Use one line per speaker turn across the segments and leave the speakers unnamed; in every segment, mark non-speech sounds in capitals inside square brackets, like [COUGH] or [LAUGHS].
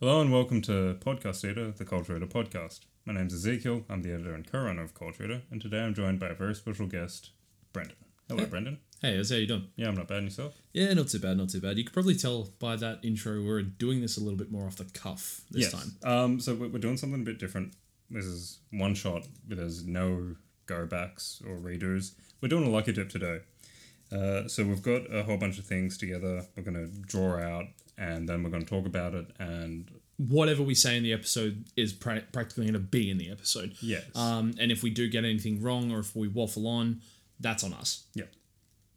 Hello and welcome to Podcast Editor, the Culture Editor podcast. My name's Ezekiel. I'm the editor and co-runner of Culture Editor, and today I'm joined by a very special guest, Brendan. Hello,
Hey.
Brendan.
Hey, how's how you doing?
Yeah, I'm not bad. And yourself?
Yeah, not too bad, not too bad. You could probably tell by that intro we're doing this a little bit more off the cuff this time.
Um, so we're we're doing something a bit different. This is one shot. There's no go backs or redos. We're doing a lucky dip today. Uh, so we've got a whole bunch of things together. We're going to draw out, and then we're going to talk about it. And
Whatever we say in the episode is pra- practically going to be in the episode.
yes,
Um, and if we do get anything wrong or if we waffle on, that's on us.
yeah.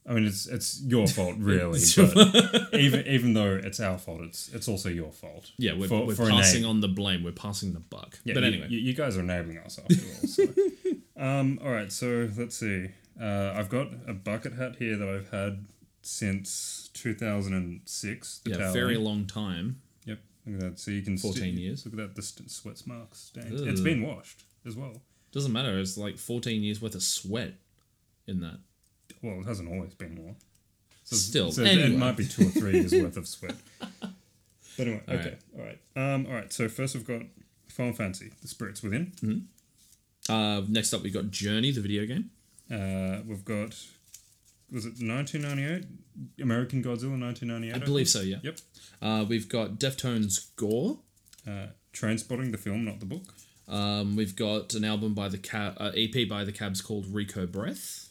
I mean, it's it's
[LAUGHS]
your fault, really. but [LAUGHS] even even though it's our fault, it's it's also your fault.
Yeah, we're,
For-
we're
for
passing
enab-
on the blame. We're passing the buck.
Yeah,
but
you-
anyway,
you, you guys are enabling us after all.
[LAUGHS]
So. um, all right, so let's see. Uh, I've got a bucket hat here that I've had since 2006. The
yeah,
towel
very
on.
long time.
Yep, look at that. So you can
14 years.
Look at that. The st- sweat marks. Stains. It's
Ugh.
been washed as well.
Doesn't matter. It's like 14 years worth of sweat in that.
Well, it hasn't always been more. So
Still,
so it
anyway.
might be two or three years worth of
[LAUGHS]
sweat. But anyway,
All
okay, all right, um, all right. So first we've got Final Fantasy: The Spirits Within.
Uh, next up, we got Journey, the video game.
Uh, we've got was it 1998 American Godzilla 1998?
I believe so, yeah.
Yep.
Uh, we've got Deftones Gore.
Uh, Trainspotting the film, not the book.
Um, we've got an album by the Cab, uh, EP by the Cabs called Rico Breath.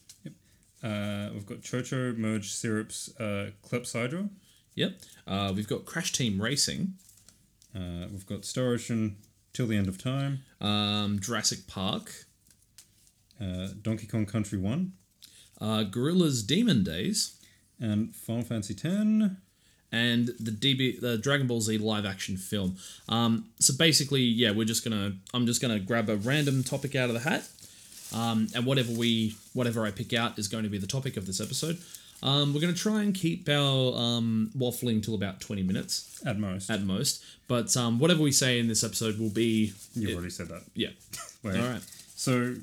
Uh, we've got Chocho Merge Syrups uh, Clepsydra.
Yep. Uh, we've got Crash Team Racing,
Uh, we've got Star Ocean Till the End of Time.
um, Jurassic Park,
Uh, Donkey Kong Country 1.
uh, Gorilla's Demon Days,
And Final Fantasy 10.
and the DB, the Dragon Ball Z live action film. Um, so basically, yeah, we're just gonna, I'm just gonna grab a random topic out of the hat, um, and whatever we, whatever I pick out is going to be the topic of this episode. Um, we're gonna try and keep our um, waffling till about 20 minutes.
At most.
at most. But um, whatever we say in this episode will be
You've already said that.
yeah.
Wait.
All right.
So.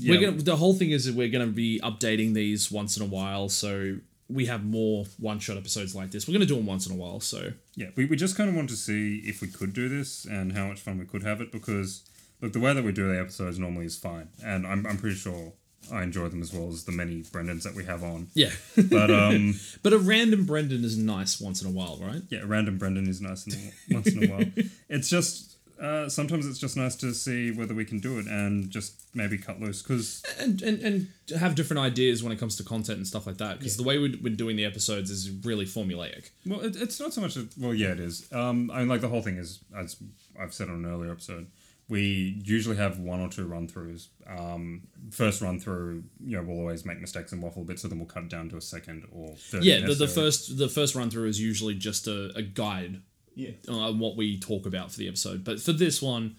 Yeah,
We're gonna, the whole thing is that we're going to be updating these once in a while, so we have more one-shot episodes like this. We're going to do them once in a while, so
Yeah, we, we just kind of want to see if we could do this and how much fun we could have it because, look, the way that we do the episodes normally is fine. And I'm, I'm pretty sure I enjoy them as well as the many Brendans that we have on.
yeah.
But, um,
[LAUGHS] but a random Brendan is nice once in a while, right?
yeah, random Brendan is nice in the, once in a
[LAUGHS]
while. It's just, uh, sometimes it's just nice to see whether we can do it and just maybe cut loose because,
And and and to have different ideas when it comes to content and stuff like that, because the way we're, we're doing the episodes is really formulaic.
well, it, it's not so much, a, well, yeah, it is. Um, I mean, like, the whole thing is, as I've said on an earlier episode, we usually have one or two run throughs. Um, first run through, you know, we'll always make mistakes and waffle a bit, so then we'll cut it down to a second or third.
Yeah, the, the
necessary.
first the first run through is usually just a, a guide
Yeah.
on uh, what we talk about for the episode. But for this one,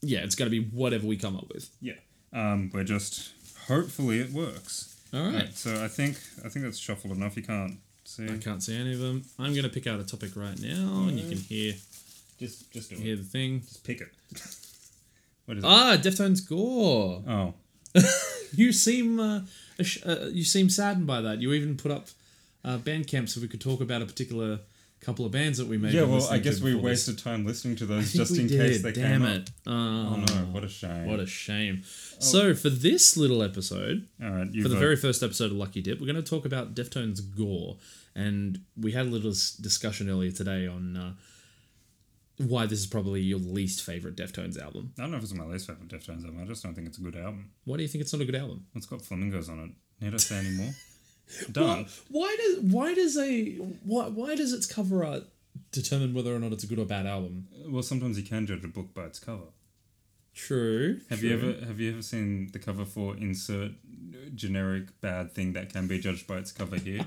yeah, it's going to be whatever we come up with.
Yeah. Um, we're just hopefully it works.
All right.
so I think I think that's shuffled enough. You can't see.
I can't see any of them. I'm going to pick out a topic right now, and you can hear
Just just do
hear the thing.
Just pick it. what is it?
Ah, Deftones Gore.
Oh.
You seem uh, ash- uh, you seem saddened by that. You even put up uh, band camps so we could talk about a particular couple of bands that we may.
Yeah,
be
well, I
listening to
guess we
before this.
wasted time listening to
I
[LAUGHS] those
think
just
we
in case
did,
they
Damn
came up.
it! Oh,
Oh no, what a shame.
What a shame. So for this little episode,
All right, you've
for the
got-
very first episode of Lucky Dip, we're going to talk about Deftones gore, and we had a little s- discussion earlier today on uh, why this is probably your least favorite Deftones album.
I don't know if it's my least favorite Deftones album. I just don't think it's a good album.
Why do you think it's not a good album?
It's got flamingos on it. Need I say any
[LAUGHS]
more? Done.
Why does why does a why why does its cover art determine whether or not it's a good or bad album?
Well, sometimes you can judge a book by its cover.
True.
Have you ever have you ever seen the cover for insert generic bad thing that can be judged by its cover
[LAUGHS]
here?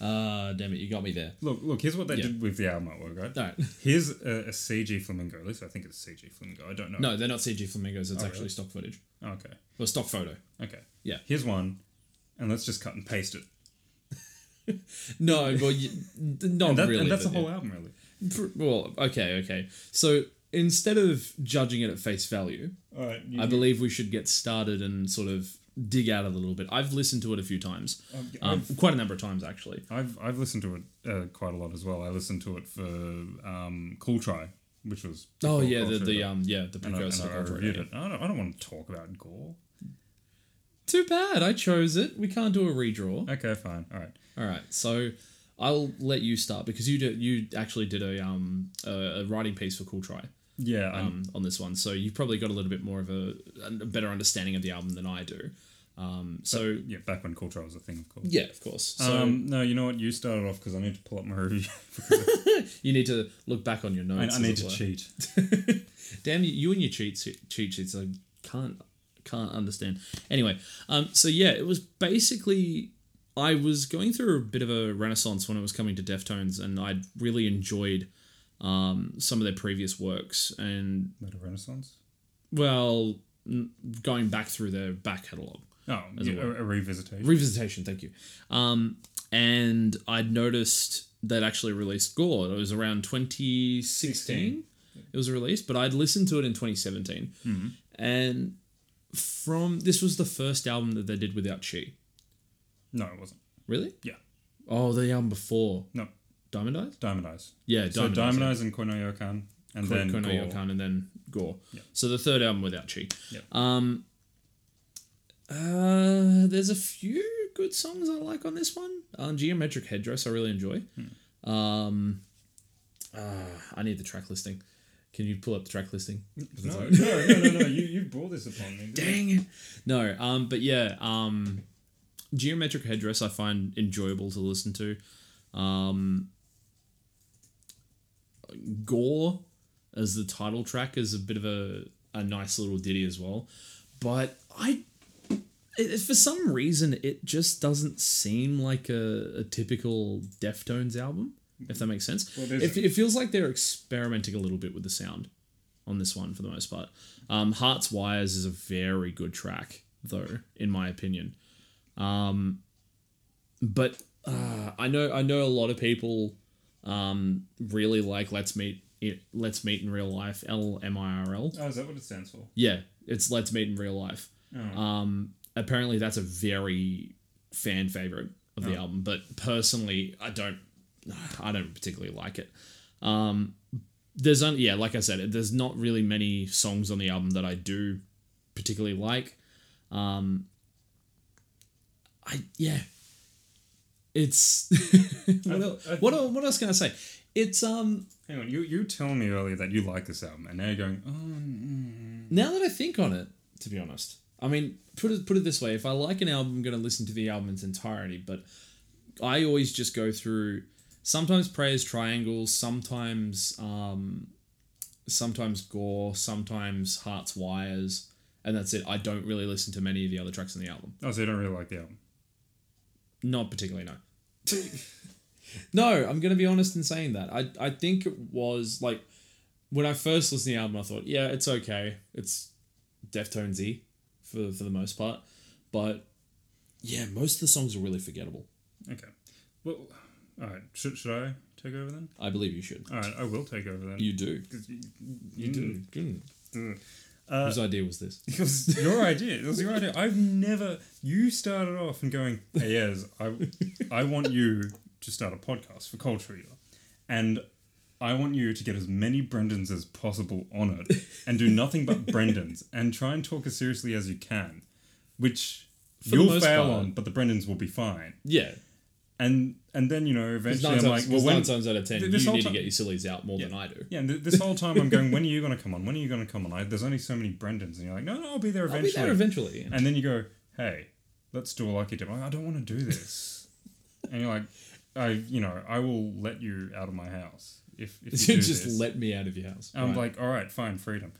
Ah, damn it! You got me there.
look, look. Here's what they
Yeah.
did with the album artwork, right?
All right.
Here's a, a CG flamingo. At least I think it's CG flamingo. I don't know.
[LAUGHS] No, they're not CG flamingos. It's actually stock footage
Okay.
or stock photo.
Okay.
Yeah.
Here's one, and let's just cut and paste it.
No, well, you, [LAUGHS] not
That,
really.
and that's the
but yeah.
whole album, really.
Pr- Well, okay, okay. So instead of judging it at face value,
All right. You,
I believe we should get started and sort of dig at it a little bit. I've listened to it a few times, um, quite a number of times actually.
I've I've listened to it uh, quite a lot as well. I listened to it for um, Cool Try, which was
Oh
before
yeah, the,
Culture,
the
but-
um yeah the
and I, and
precursor.
I
to Contra,
reviewed
yeah.
it. I don't, I don't want to talk about gore.
Too bad I chose it. We can't do a redraw.
Okay, fine. All right.
All right, so I'll let you start because you do, you actually did a um a, a writing piece for Cool Try
Yeah, I-
um, on this one, so you've probably got a little bit more of a, a better understanding of the album than I do. Um, so
yeah. Back when Cool Try was a thing, of course.
yeah, of course. So
um, no, you know what? You started off because I need to pull up my
[LAUGHS]
review.
you need to look back on your
I,
notes.
I
as
need
it
[LAUGHS] to
were.
cheat.
[LAUGHS] Damn you, you and your cheat se- cheat sheets. I can't can't understand. Anyway, um, so yeah, it was basically I was going through a bit of a renaissance when it was coming to Deftones, and I really enjoyed um, some of their previous works, and
Made a renaissance.
well, n- going back through their back catalog
Oh, yeah, a, a revisitation.
revisitation. Thank you. Um, and I'd noticed that actually released Gore. It was around 2016. It was released, but I'd listened to it in 2017. And from this was the first album that they did without Chi.
no, it wasn't.
Really?
Yeah,
Oh, the album before
no,
Diamond Eyes.
Diamond Eyes.
Yeah,
So
Diamond
Diamond
Eyes.
Eyes and Konoyokan, and
Ko-
then
Kono
Gore.
Yokan and then Gore. So the third album without Chi.
Yeah.
Um, uh, there's a few good songs I like on this one. Um, Geometric Headdress I really enjoy.
Hmm.
Um, ah, I need the track listing. Can you pull up the track listing?
No, no, no, no, no. You, you brought this upon me. didn't you?
Dang it! No, um, but yeah, um, Geometric Headdress I find enjoyable to listen to. Um, Gore as the title track is a bit of a, a nice little ditty as well, but I it, it- for some reason it just doesn't seem like a, a typical Deftones album. If that makes sense,
Well, there's
it,
a-
it feels like they're experimenting a little bit with the sound on this one for the most part. Um, Hearts Wires is a very good track, though, in my opinion. Um, but uh, I know I know a lot of people um, really like Let's Meet it, Let's Meet in Real Life L M I R L.
Oh, is that what it stands for? Oh.
Yeah, it's Let's Meet in Real Life. Um, apparently that's a very fan favorite of
Oh.
the album, but personally, I don't, I don't particularly like it. Um, there's only yeah, like I said, there's not really many songs on the album that I do particularly like. Um, I yeah, it's [LAUGHS] what,
I-
else,
I-
what el- what else can I say? It's um
Hang on, you you tell me earlier that you like this album, and now you're going, oh,
Now that I think on it, to be honest, I mean, put it put it this way: if I like an album, I'm going to listen to the album in its entirety. But I always just go through sometimes praise triangles, sometimes um, sometimes gore, sometimes hearts wires, and that's it. I don't really listen to many of the other tracks on the album.
oh, so you don't really like the album.
Not particularly, no.
[LAUGHS]
no, I'm going to be honest in saying that. I, I think it was like when I first listened to the album, I thought, yeah, it's okay. It's Deftones y for, for the most part. But yeah, most of the songs are really forgettable.
Okay. Well, all right. Should, should I take over then?
I believe you should.
All right, I will take over [LAUGHS] then.
You do.
'Cause you, Uh,
You do. Mm.
do.
Whose idea was this?
It was your idea. It was your idea. I've never. You started off and going, hey, yes, I, I want you to start a podcast for Culture Eater. And I want you to get as many Brendans as possible on it and do nothing but Brendans and try and talk as seriously as you can, which
the
you'll
most
fail
part.
on, but the Brendans will be fine.
Yeah.
And and then, you know, eventually
Nine
I'm
times,
like, well,
'cause
when.
nine times out of ten,
Th-
you
this whole
need to
ti-
get your sillies out more than I do.
Yeah, and th- this whole time I'm going, when are you going to come on? When are you going to come on? I, there's only so many Brendans. And you're like, no, no, I'll be there
I'll
eventually.
be there eventually. [LAUGHS]
And then you go, hey, let's do a lucky dip. I don't want to do this. and you're like, I, you know, I will let you out of my house if, if [LAUGHS] you do
just
this.
let me out of your house.
And I'm
Right.
like, all right, fine, [LAUGHS] freedom.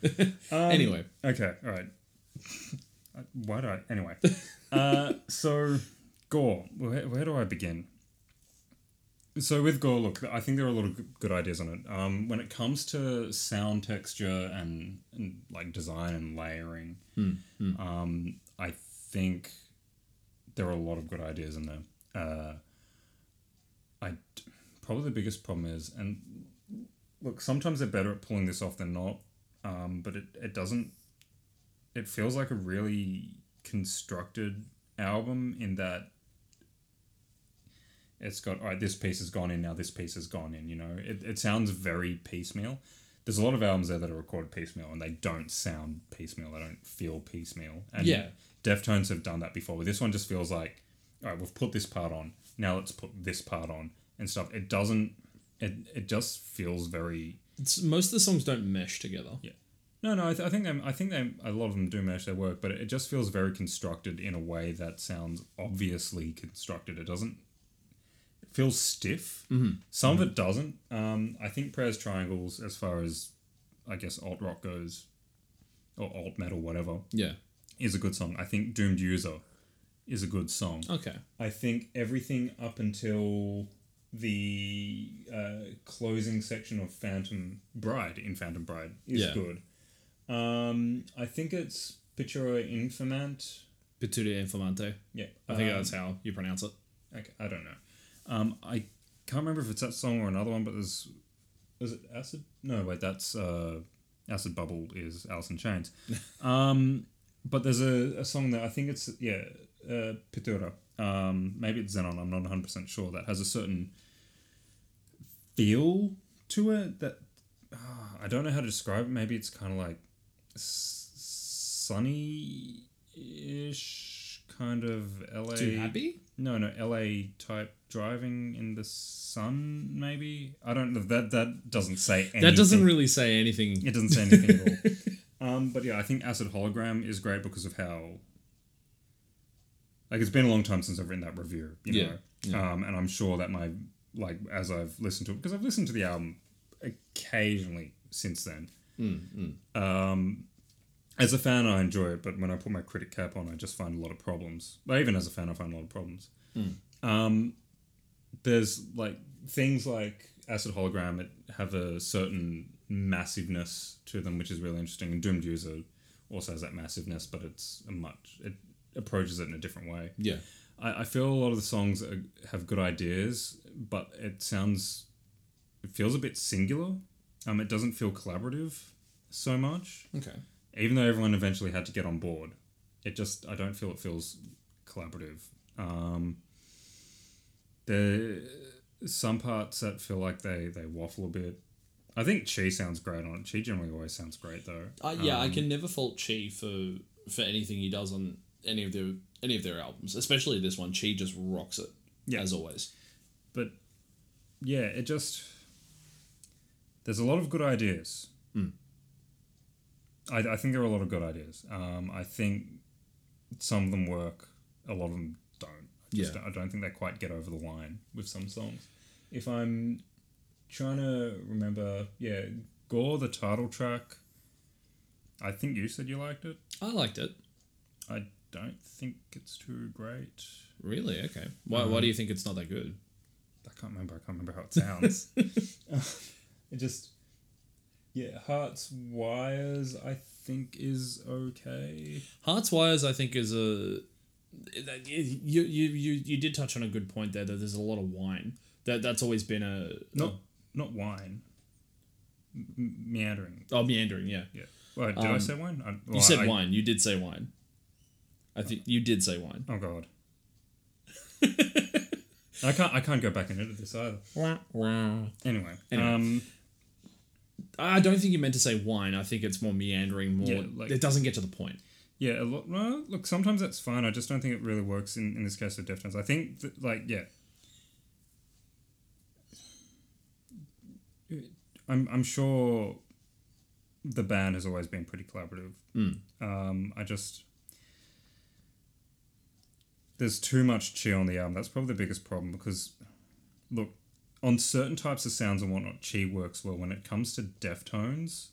Um,
anyway,
Okay, all right. [LAUGHS] I- Why do I? Anyway. Uh, so, Gore, where, where do I begin? So, with Gore, look, I think there are a lot of g- good ideas on it. Um, when it comes to sound texture and, and like design and layering, Um, I think there are a lot of good ideas in there. Uh, I d- probably the biggest problem is, and look, sometimes they're better at pulling this off than not, um, but it, it doesn't. It feels like a really constructed album in that it's got all right this piece has gone in now this piece has gone in you know it, it sounds very piecemeal there's a lot of albums there that are recorded piecemeal and they don't sound piecemeal they don't feel piecemeal and
Yeah.
deftones have done that before but this one just feels like all right we've put this part on now let's put this part on and stuff it doesn't it, it just feels very
It's, most of the songs don't mesh together.
yeah. No, no, I, th- I think they, I think they, a lot of them do manage their work, but it just feels very constructed in a way that sounds obviously constructed. It doesn't. It feels stiff. Mm-hmm. Some of it doesn't. Um, I think Prayers Triangles, as far as I guess alt rock goes, or alt metal, whatever,
Yeah.
is a good song. I think Doomed User is a good song.
Okay.
I think everything up until the uh, closing section of Phantom Bride in Phantom Bride is
Yeah.
good. Um, I think it's Pitura Infamant.
Pituita e Inflamante.
Yeah,
I think
um,
that's how you pronounce it.
okay, I don't know. Um, I can't remember if it's that song or another one, but there's is it Acid? No, wait, that's uh, Acid Bubble is Alice in Chains. um, but there's a, a song that I think it's yeah, uh, Pitura. Um, maybe it's Xenon. I'm not 100 percent sure. That has a certain feel to it that ah, I don't know how to describe it. Maybe it's kind of like s- sunny-ish kind of LA. No, no, LA type driving in the sun, maybe. I don't know. That that doesn't say anything.
That doesn't really say anything.
It doesn't say anything at
[LAUGHS]
all. Um, but yeah, I think Acid Hologram is great because of how. Like it's been a long time since I've written that review, you know.
Yeah,
Um, and I'm sure that my like as I've listened to it because I've listened to the album occasionally since then.
Hmm,
Um, as a fan, I enjoy it, but when I put my critic cap on, I just find a lot of problems. But even as a fan, I find a lot of problems. Um, there's like things like acid hologram it have a certain massiveness to them which is really interesting and doomed user also has that massiveness but it's a much it approaches it in a different way
Yeah.
i, I feel a lot of the songs are, have good ideas but it sounds it feels a bit singular um it doesn't feel collaborative so much
Okay.
even though everyone eventually had to get on board, it just I don't feel it feels collaborative. Um, there some parts that feel like they they waffle a bit. I think Chi sounds great on it. Chi generally always sounds great though.
Uh, yeah, I can never fault Chi for for anything he does on any of their any of their albums, especially this one. Chi just rocks it.
Yeah.
As always.
but yeah, it just there's a lot of good ideas. I, I think there are a lot of good ideas. Um, I think some of them work, a lot of them don't. I just
Yeah.
don't, I don't think they quite get over the line with some songs. If I'm trying to remember, yeah, Gore the title track. I think you said you liked it.
I liked it.
I don't think it's too great.
Really? Okay. Why,
Mm-hmm.
why do you think it's not that good?
I can't remember. I can't remember how it
[LAUGHS]
sounds. it just, yeah, Hearts Wires. I think is okay.
Hearts Wires, I think, is a you you you you did touch on a good point there. That there's a lot of wine. That that's always been a
Not not wine. M- m- meandering.
oh meandering. Yeah,
Yeah. Well, did I
Um,
say wine? I, well,
you said
I-
wine. You did say wine. I think you did say wine. [LAUGHS]
Oh God. I can't. I can't go back and edit this either. Anyway.
Anyway.
Um.
I don't think you meant to say wine. I think it's more meandering. More
Yeah, like-
it doesn't get to the point.
Yeah, a lot. Well, look, sometimes that's fine. I just don't think it really works in, in this case of Deftones. I think, that, like, yeah. I'm, I'm sure the band has always been pretty collaborative. Um, I just. There's too much chi on the album. That's probably the biggest problem because, look, on certain types of sounds and whatnot, chi works well. When it comes to Deftones,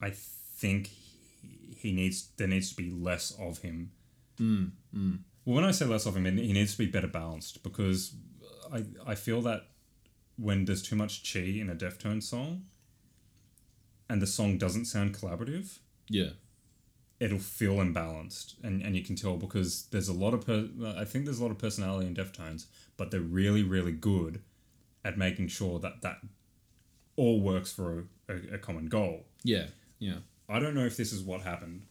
I think he, he needs there needs to be less of him. Well, when I say less of him, he needs to be better balanced because I I feel that when there's too much chi in a Deftone song, and the song doesn't sound collaborative,
Yeah.
it'll feel imbalanced, and and you can tell because there's a lot of per, I think there's a lot of personality in Deftones, but they're really really good at making sure that that all works for a, a, a common goal.
Yeah. Yeah.
I don't know if this is what happened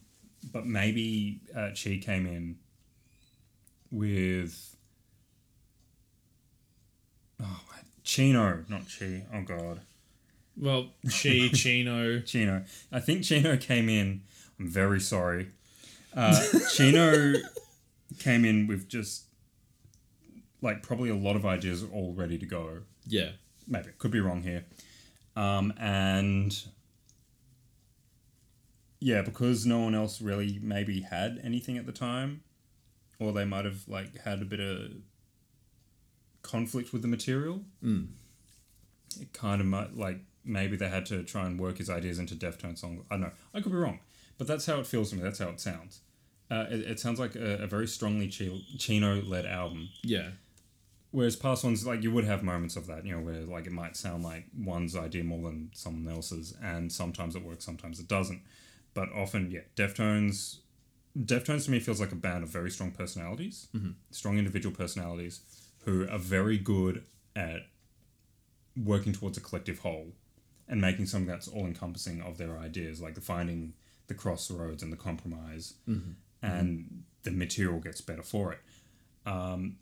but maybe uh, Chi came in with oh what? Chino, not Chi. Oh God,
Well, [LAUGHS] she, Chino.
Chino. I think Chino came in. I'm very sorry. Uh, Chino came in with just like probably a lot of ideas all ready to go.
Yeah.
Maybe could be wrong here. Um, and yeah, because no one else really maybe had anything at the time, or they might have like had a bit of conflict with the material. It kind of might like maybe they had to try and work his ideas into Deftone songs. I don't know. I could be wrong, but that's how it feels to me. That's how it sounds. Uh, it, it sounds like a, a very strongly Chi- Chino-led album.
Yeah.
Whereas past ones, like you would have moments of that, you know, where like it might sound like one's idea more than someone else's, and sometimes it works, sometimes it doesn't. But often, yeah, Deftones, Deftones to me feels like a band of very strong personalities, strong individual personalities, who are very good at working towards a collective whole and making something that's all encompassing of their ideas, like the finding the crossroads and the compromise, and the material gets better for it Um,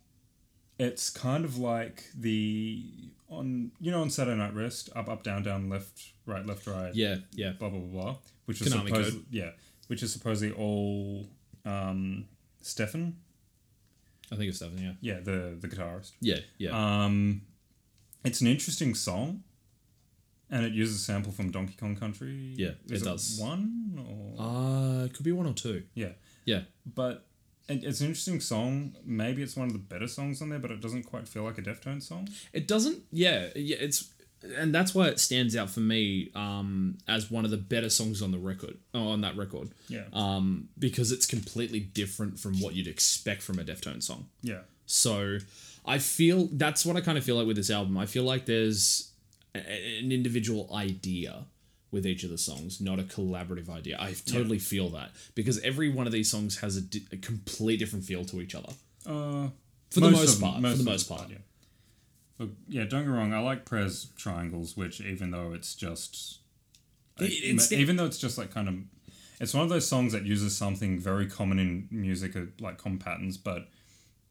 it's kind of like the on you know on Saturday Night Rest up up down down left right left right
Yeah. Yeah.
blah blah blah, blah which is
Konami
supposedly yeah which is supposedly all um, Stefan
I think it's seven, yeah.
yeah the the guitarist
Yeah. Yeah.
um, it's an interesting song and it uses a sample from Donkey Kong Country
Yeah,
is
it does.
one or
Uh, could be one or two.
yeah
Yeah.
but it, it's an interesting song maybe it's one of the better songs on there but it doesn't quite feel like a Deftones song
It doesn't. Yeah. Yeah. It's and that's why it stands out for me um, as one of the better songs on the record on that record
yeah
um, because it's completely different from what you'd expect from a Deftone song.
yeah
So I feel that's what I kind of feel like with this album. I feel like there's a- a- an individual idea with each of the songs, not a collaborative idea. I totally feel that because every one of these songs has a, di- a complete different feel to each other.
Uh,
For the most
of
part, for the
of
most
them,
part.
Yeah. Look, yeah, don't get me wrong. I like Prez triangles, which even though it's just,
It- it's-
even though it's just like kind of, it's one of those songs that uses something very common in music, uh, like common patterns, but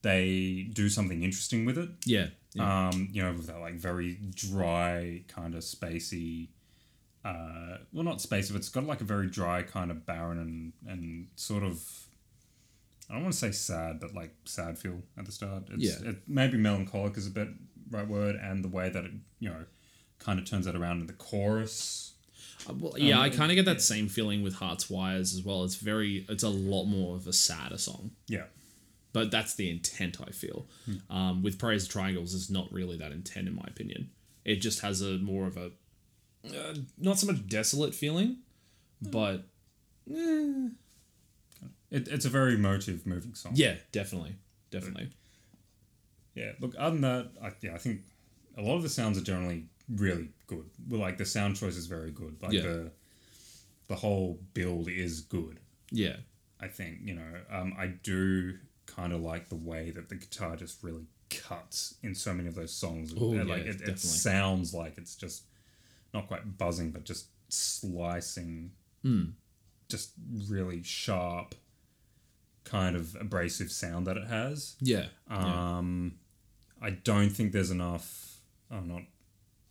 they do something interesting with it.
Yeah. yeah.
Um, you know, with that like very dry kind of spacey. Uh, well, not spacey, but it's got like a very dry kind of barren and and sort of. I don't want to say sad, but like sad feel at the start. It's,
Yeah.
It, maybe melancholic is a bit right word, and the way that it you know kind of turns that around in the chorus.
Uh, Well, yeah, I kind of get that same feeling with Hearts Wires as well. It's very, it's a lot more of a sadder song,
Yeah.
but that's the intent I feel.
Hmm.
Um, with Praise the Triangles, it's not really that intent in my opinion. It just has a more of a, uh, not so much desolate feeling,
Hmm.
but
It, it's a very emotive, moving song.
yeah, definitely, definitely.
Yeah. Look, other than that, I, yeah, I think a lot of the sounds are generally really good. Well, like the sound choice is very good. Like
Yeah.
the the whole build is good.
Yeah,
I think you know. Um, I do kind of like the way that the guitar just really cuts in so many of those songs.
Oh,
Uh,
yeah,
like it,
definitely.
it sounds like it's just not quite buzzing, but just slicing,
Hmm.
just really sharp, kind of abrasive sound that it has.
yeah,
Um, I don't think there's enough. Oh, not.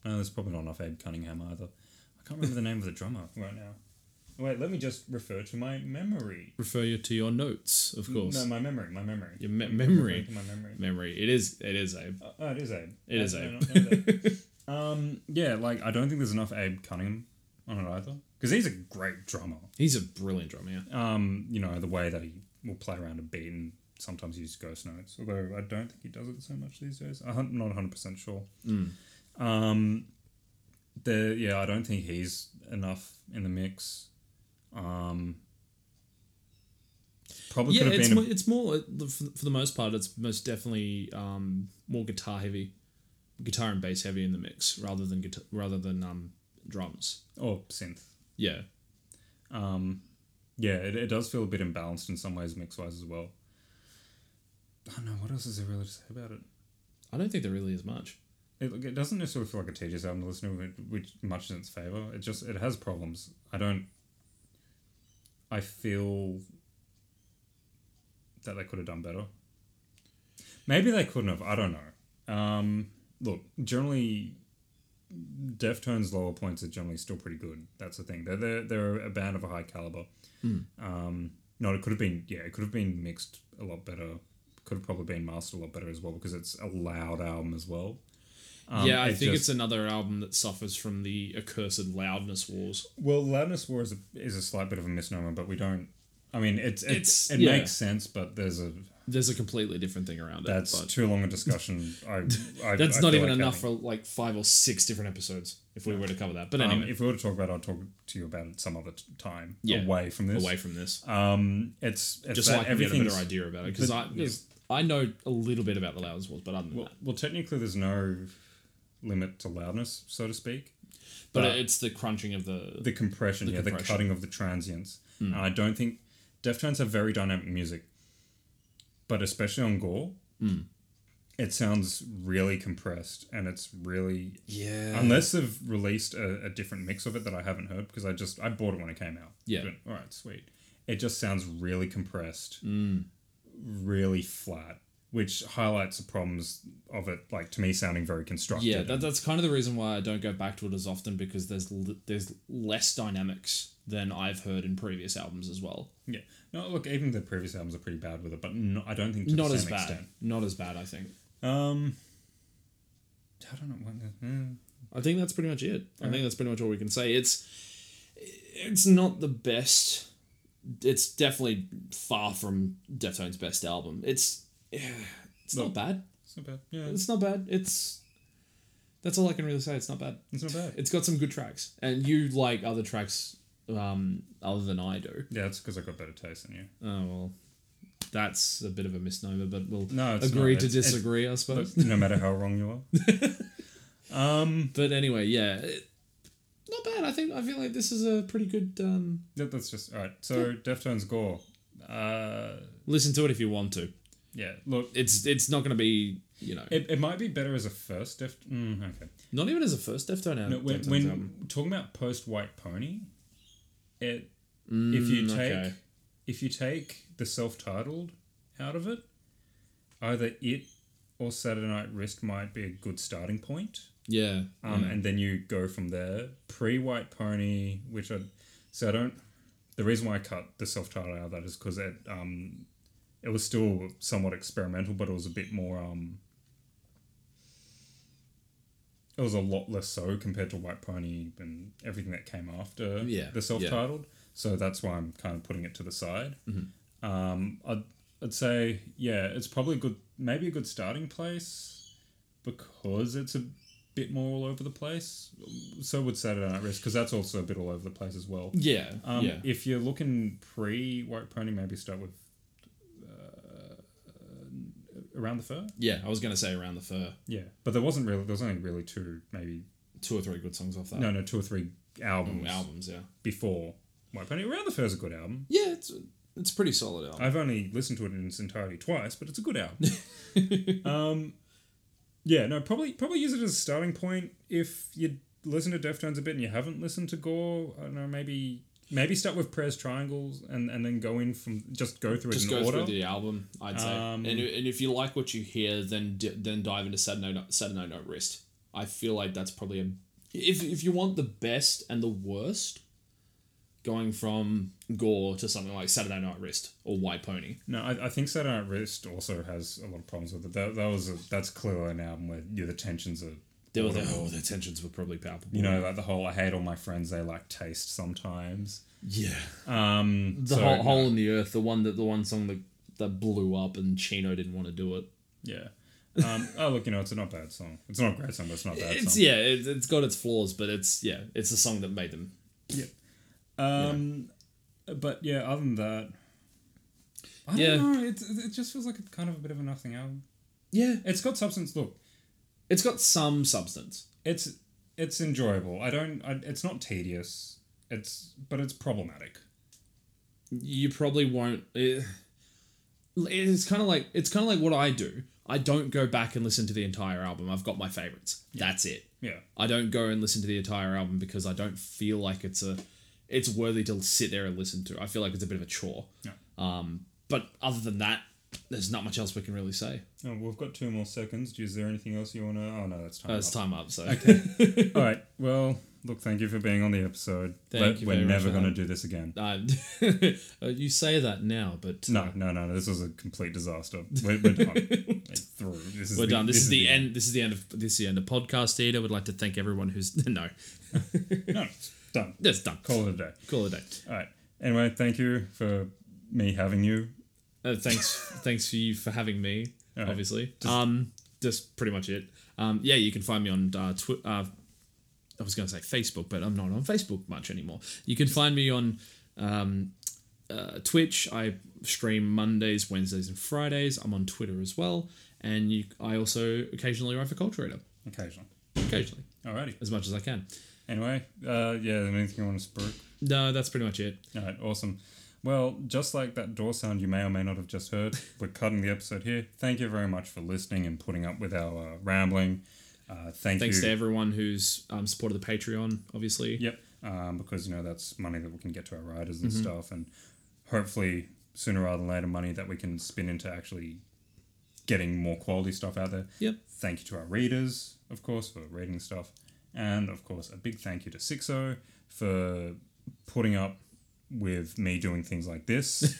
No, there's probably not enough Abe Cunningham either. I can't remember the name of the drummer right now. Wait, let me just refer to my memory.
Refer you to your notes, of course.
No, my memory. My memory.
your me-
Referring
memory,
to my memory.
memory. It is, it is Abe.
Oh, oh, it is Abe.
It is
I did
Abe.
not know
[LAUGHS]
that. um, yeah, like I don't think there's enough Abe Cunningham on it either, because he's a great drummer.
He's a brilliant drummer. Yeah.
Um, you know the way that he will play around a beat and sometimes use ghost notes. Although I don't think he does it so much these days. I'm not 100 percent sure.
Mm.
Um, the yeah, I don't think he's enough in the mix. Um, probably
yeah,
could have
it's,
been.
mo-
A,
it's more uh, for for the most part. It's most definitely um, more guitar heavy, guitar and bass heavy in the mix rather than guitar, rather than um, drums.
or synth.
Yeah,
Um, yeah, it, it does feel a bit imbalanced in some ways, mix wise as well. I don't know what else is there really to say about it.
I don't think there really is much.
It, look, it doesn't necessarily feel like a tedious album to listen to, which- which much in its favor. It just it has problems. I don't. I feel that they could have done better. Maybe they couldn't have. I don't know. Um, look, generally, Deftones' lower points are generally still pretty good. That's the thing. They're they're, they're a band of a high caliber. Um, no, it could have been yeah, it could have been mixed a lot better. Could have probably been mastered a lot better as well because it's a loud album as well. Um,
yeah, I
it
think
just-
it's another album that suffers from the accursed loudness wars.
Well, loudness war is a, is a slight bit of a misnomer, but we don't. I mean, it's it's,
It's-
it
yeah.
makes sense, but there's a
There's a completely different thing around it.
that's
but
too long a discussion.
[LAUGHS]
I, I
that's
I
not
feel
even
like
enough
having-
for like five or six different episodes if we were to cover that. But
Um,
anyway,
if we were to talk about, it, I'll talk to you about it some other t- time.
Yeah.
away from this.
away from this,
Um, it's it's
just
that
so I can get a better
everything's-
idea about it because I
yeah.
I know a little bit about the loudness wars, but other than
Well,
that,
well, technically, there's no limit to loudness, so to speak.
but
but- uh,
it's the crunching of the,
the compression, yeah, the
compression. Hmm.
cutting of the transients. And I don't think Deftones have very dynamic music, but especially on Gore,
Hmm.
it sounds really compressed, and it's really
yeah
unless they've released a, a different mix of it that I haven't heard because I just I bought it when it came out.
Yeah.
But, all right, sweet. It just sounds really compressed,
Hmm.
really flat, which highlights the problems of it. Like to me, sounding very constructed.
yeah that, that's kind of the reason why I don't go back to it as often because there's l- there's less dynamics than I've heard in previous albums as well.
Yeah. No, look, even the previous albums are pretty bad with it, but no, I don't think to
Not
the
as
same
bad.
extent.
Not as bad, I think.
Um, I don't know. what- mm.
I think that's pretty much it. I think that's pretty much all we can say. It's it's not the best. It's definitely far from Deftones' best album. It's [SIGHS] it's not bad.
It's not bad. Yeah,
It's not bad. It's that's all I can really say. It's not bad.
it's not bad.
It's got some good tracks, and you like other tracks um, other than I do.
Yeah, it's because I got better taste than you.
Oh well, that's a bit of a misnomer, but we'll
No, it's
agree
not.
to
It's- it's-
disagree, I suppose.
Look, no matter how wrong you [LAUGHS] are. um,
But anyway, yeah, it- not bad. I think I feel like this is a pretty good. Um,
that, that's just all right. So Deftones Gore. Uh,
listen to it if you want to.
yeah. Look,
It's it's not going to be you know
it, it might be better as a first Deft. Mm, okay.
not even as a first Deftone album.
No, when,
Deftones
when
album.
talking about post White Pony, it if you
Mm,
take
okay.
if you take the self titled out of it, either it or Saturday Night Wrist might be a good starting point.
yeah,
Um, and then you go from there. Pre White Pony, which I so I don't. The reason why I cut the self titled out of that is because it um, it was still somewhat experimental, but it was a bit more um. It was a lot less so compared to White Pony and everything that came after
Yeah,
the self titled. So that's why I'm kind of putting it to the side.
Mm-hmm.
Um, I'd, I'd say yeah, it's probably a good, maybe a good starting place because it's a bit more all over the place. So would Saturday Night Risk because that's also a bit all over the place as well.
yeah,
Um,
yeah.
If you're looking pre White Pony, maybe start with uh, Around the Fur.
yeah, I was going to say around the fur,
Yeah, but there wasn't really. There was only really two, maybe
two or three good songs off that
no, no, two or three albums
albums. Yeah,
before White Pony. Around the Fur is a good album.
yeah, it's it's a pretty solid album.
I've only listened to it in its entirety twice, but it's a good album.
[LAUGHS]
um, yeah, no, probably probably use it as a starting point if you listen to Deftones a bit and you haven't listened to Gore. I don't know, maybe maybe start with Prayers Triangles and and then go in from just go through
just
it in
go
order.
through the album, I'd say.
Um,
and, and if you like what you hear, then di- then dive into Saturday Night, Saturday Night Wrist. I feel like that's probably a if if you want the best and the worst, going from Gore to something like Saturday Night Wrist or White Pony.
no, I, I think Saturday Night Wrist also has a lot of problems with it. That, that was a, that's clearly an album where yeah, the tensions are.
There were the,
audible.
oh, the tensions were probably palpable.
you know, like the whole I hate all my friends. They like taste sometimes.
Yeah,
Um,
the
so,
whole
no.
hole in the earth, the one that the one song that that blew up and Chino didn't want to do it.
Yeah. Um, [LAUGHS] oh look, you know it's not a bad song. It's not a great song, but it's not a bad
It's
song.
yeah, it, it's got its flaws, but it's yeah, it's the song that made them.
Um, but yeah, other than that, I don't
Yeah.
know. It's, it just feels like a kind of a bit of a nothing album.
Yeah,
It's got substance. Look,
it's got some substance.
it's it's enjoyable. I don't. I, it's not tedious. It's but it's problematic.
you probably won't. It, it's kind of like it's kind of like what I do. I don't go back and listen to the entire album. I've got my favorites. That's it.
Yeah.
I don't go and listen to the entire album because I don't feel like it's a it's worthy to sit there and listen to. I feel like it's a bit of a chore.
Yeah.
Um, but other than that, there's not much else we can really say.
Oh, we've got two more seconds. Is there anything else you want to? Oh no, that's time.
Uh,
up.
it's time up. So [LAUGHS]
All right. Well, look, thank you for being on the episode.
Thank
but
you
we're
very much
never
for
going to do
having-
this again.
uh, [LAUGHS] you say that now, but
No, no, no. no, This was a complete disaster. We're, we're
[LAUGHS]
done. It's through. This is
we're
the,
done. This, is the end. This is the end of this is the end of podcast theater. Would like to thank everyone who's [LAUGHS] no,
No, it's done.
that's done. Cool.
Call it a day.
Call it a day.
All right. Anyway, thank you for me having you.
Uh, thanks, [LAUGHS] thanks for you for having me.
Alright.
Obviously, um, that's pretty much it. Um, yeah, you can find me on uh, Twi- uh, I was going to say Facebook, but I'm not on Facebook much anymore. You can find me on um, uh, Twitch. I stream Mondays, Wednesdays, and Fridays. I'm on Twitter as well, and you, I also occasionally write for Culture Reader,
Occasionally.
occasionally,
Alrighty.
as much as I can.
Anyway, uh, yeah, anything you want to spruik?
No, that's pretty much it.
All right, awesome. Well, just like that door sound you may or may not have just heard, [LAUGHS] we're cutting the episode here. Thank you very much for listening and putting up with our uh, rambling. Uh, thank
Thanks
you.
to everyone who's um, supported the Patreon, obviously.
Yep. Um, because you know that's money that we can get to our riders
Mm-hmm.
and stuff, and hopefully sooner rather than later, money that we can spin into actually getting more quality stuff out there.
Yep.
Thank you to our readers, of course, for reading stuff, and of course a big thank you to Sixo for putting up with me doing things like
[LAUGHS]
this,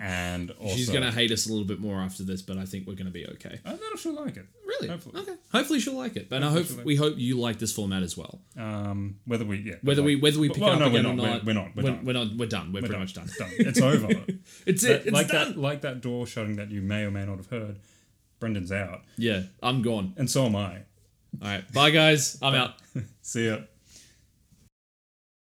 and also
She's gonna hate us a little bit more after this, but I think we're gonna be okay.
I thought she'll like it.
Really?
Hopefully.
Okay. Hopefully she'll like it, but I hope
she'll like
we hope you like this format as well.
Um, whether we yeah
Whether we whether we pick
Well,
it up
no, we're
again or
not. We're-
not,
we're not. We're done.
we're not. We're done. We're, pretty
done.
much done.
Done. It's
[LAUGHS]
over.
It's it.
That-
It's
like
done.
that like that door shutting that you may or may not have heard brendan's out
Yeah, I'm gone.
and so am i
All right. Bye, guys. I'm out.
see ya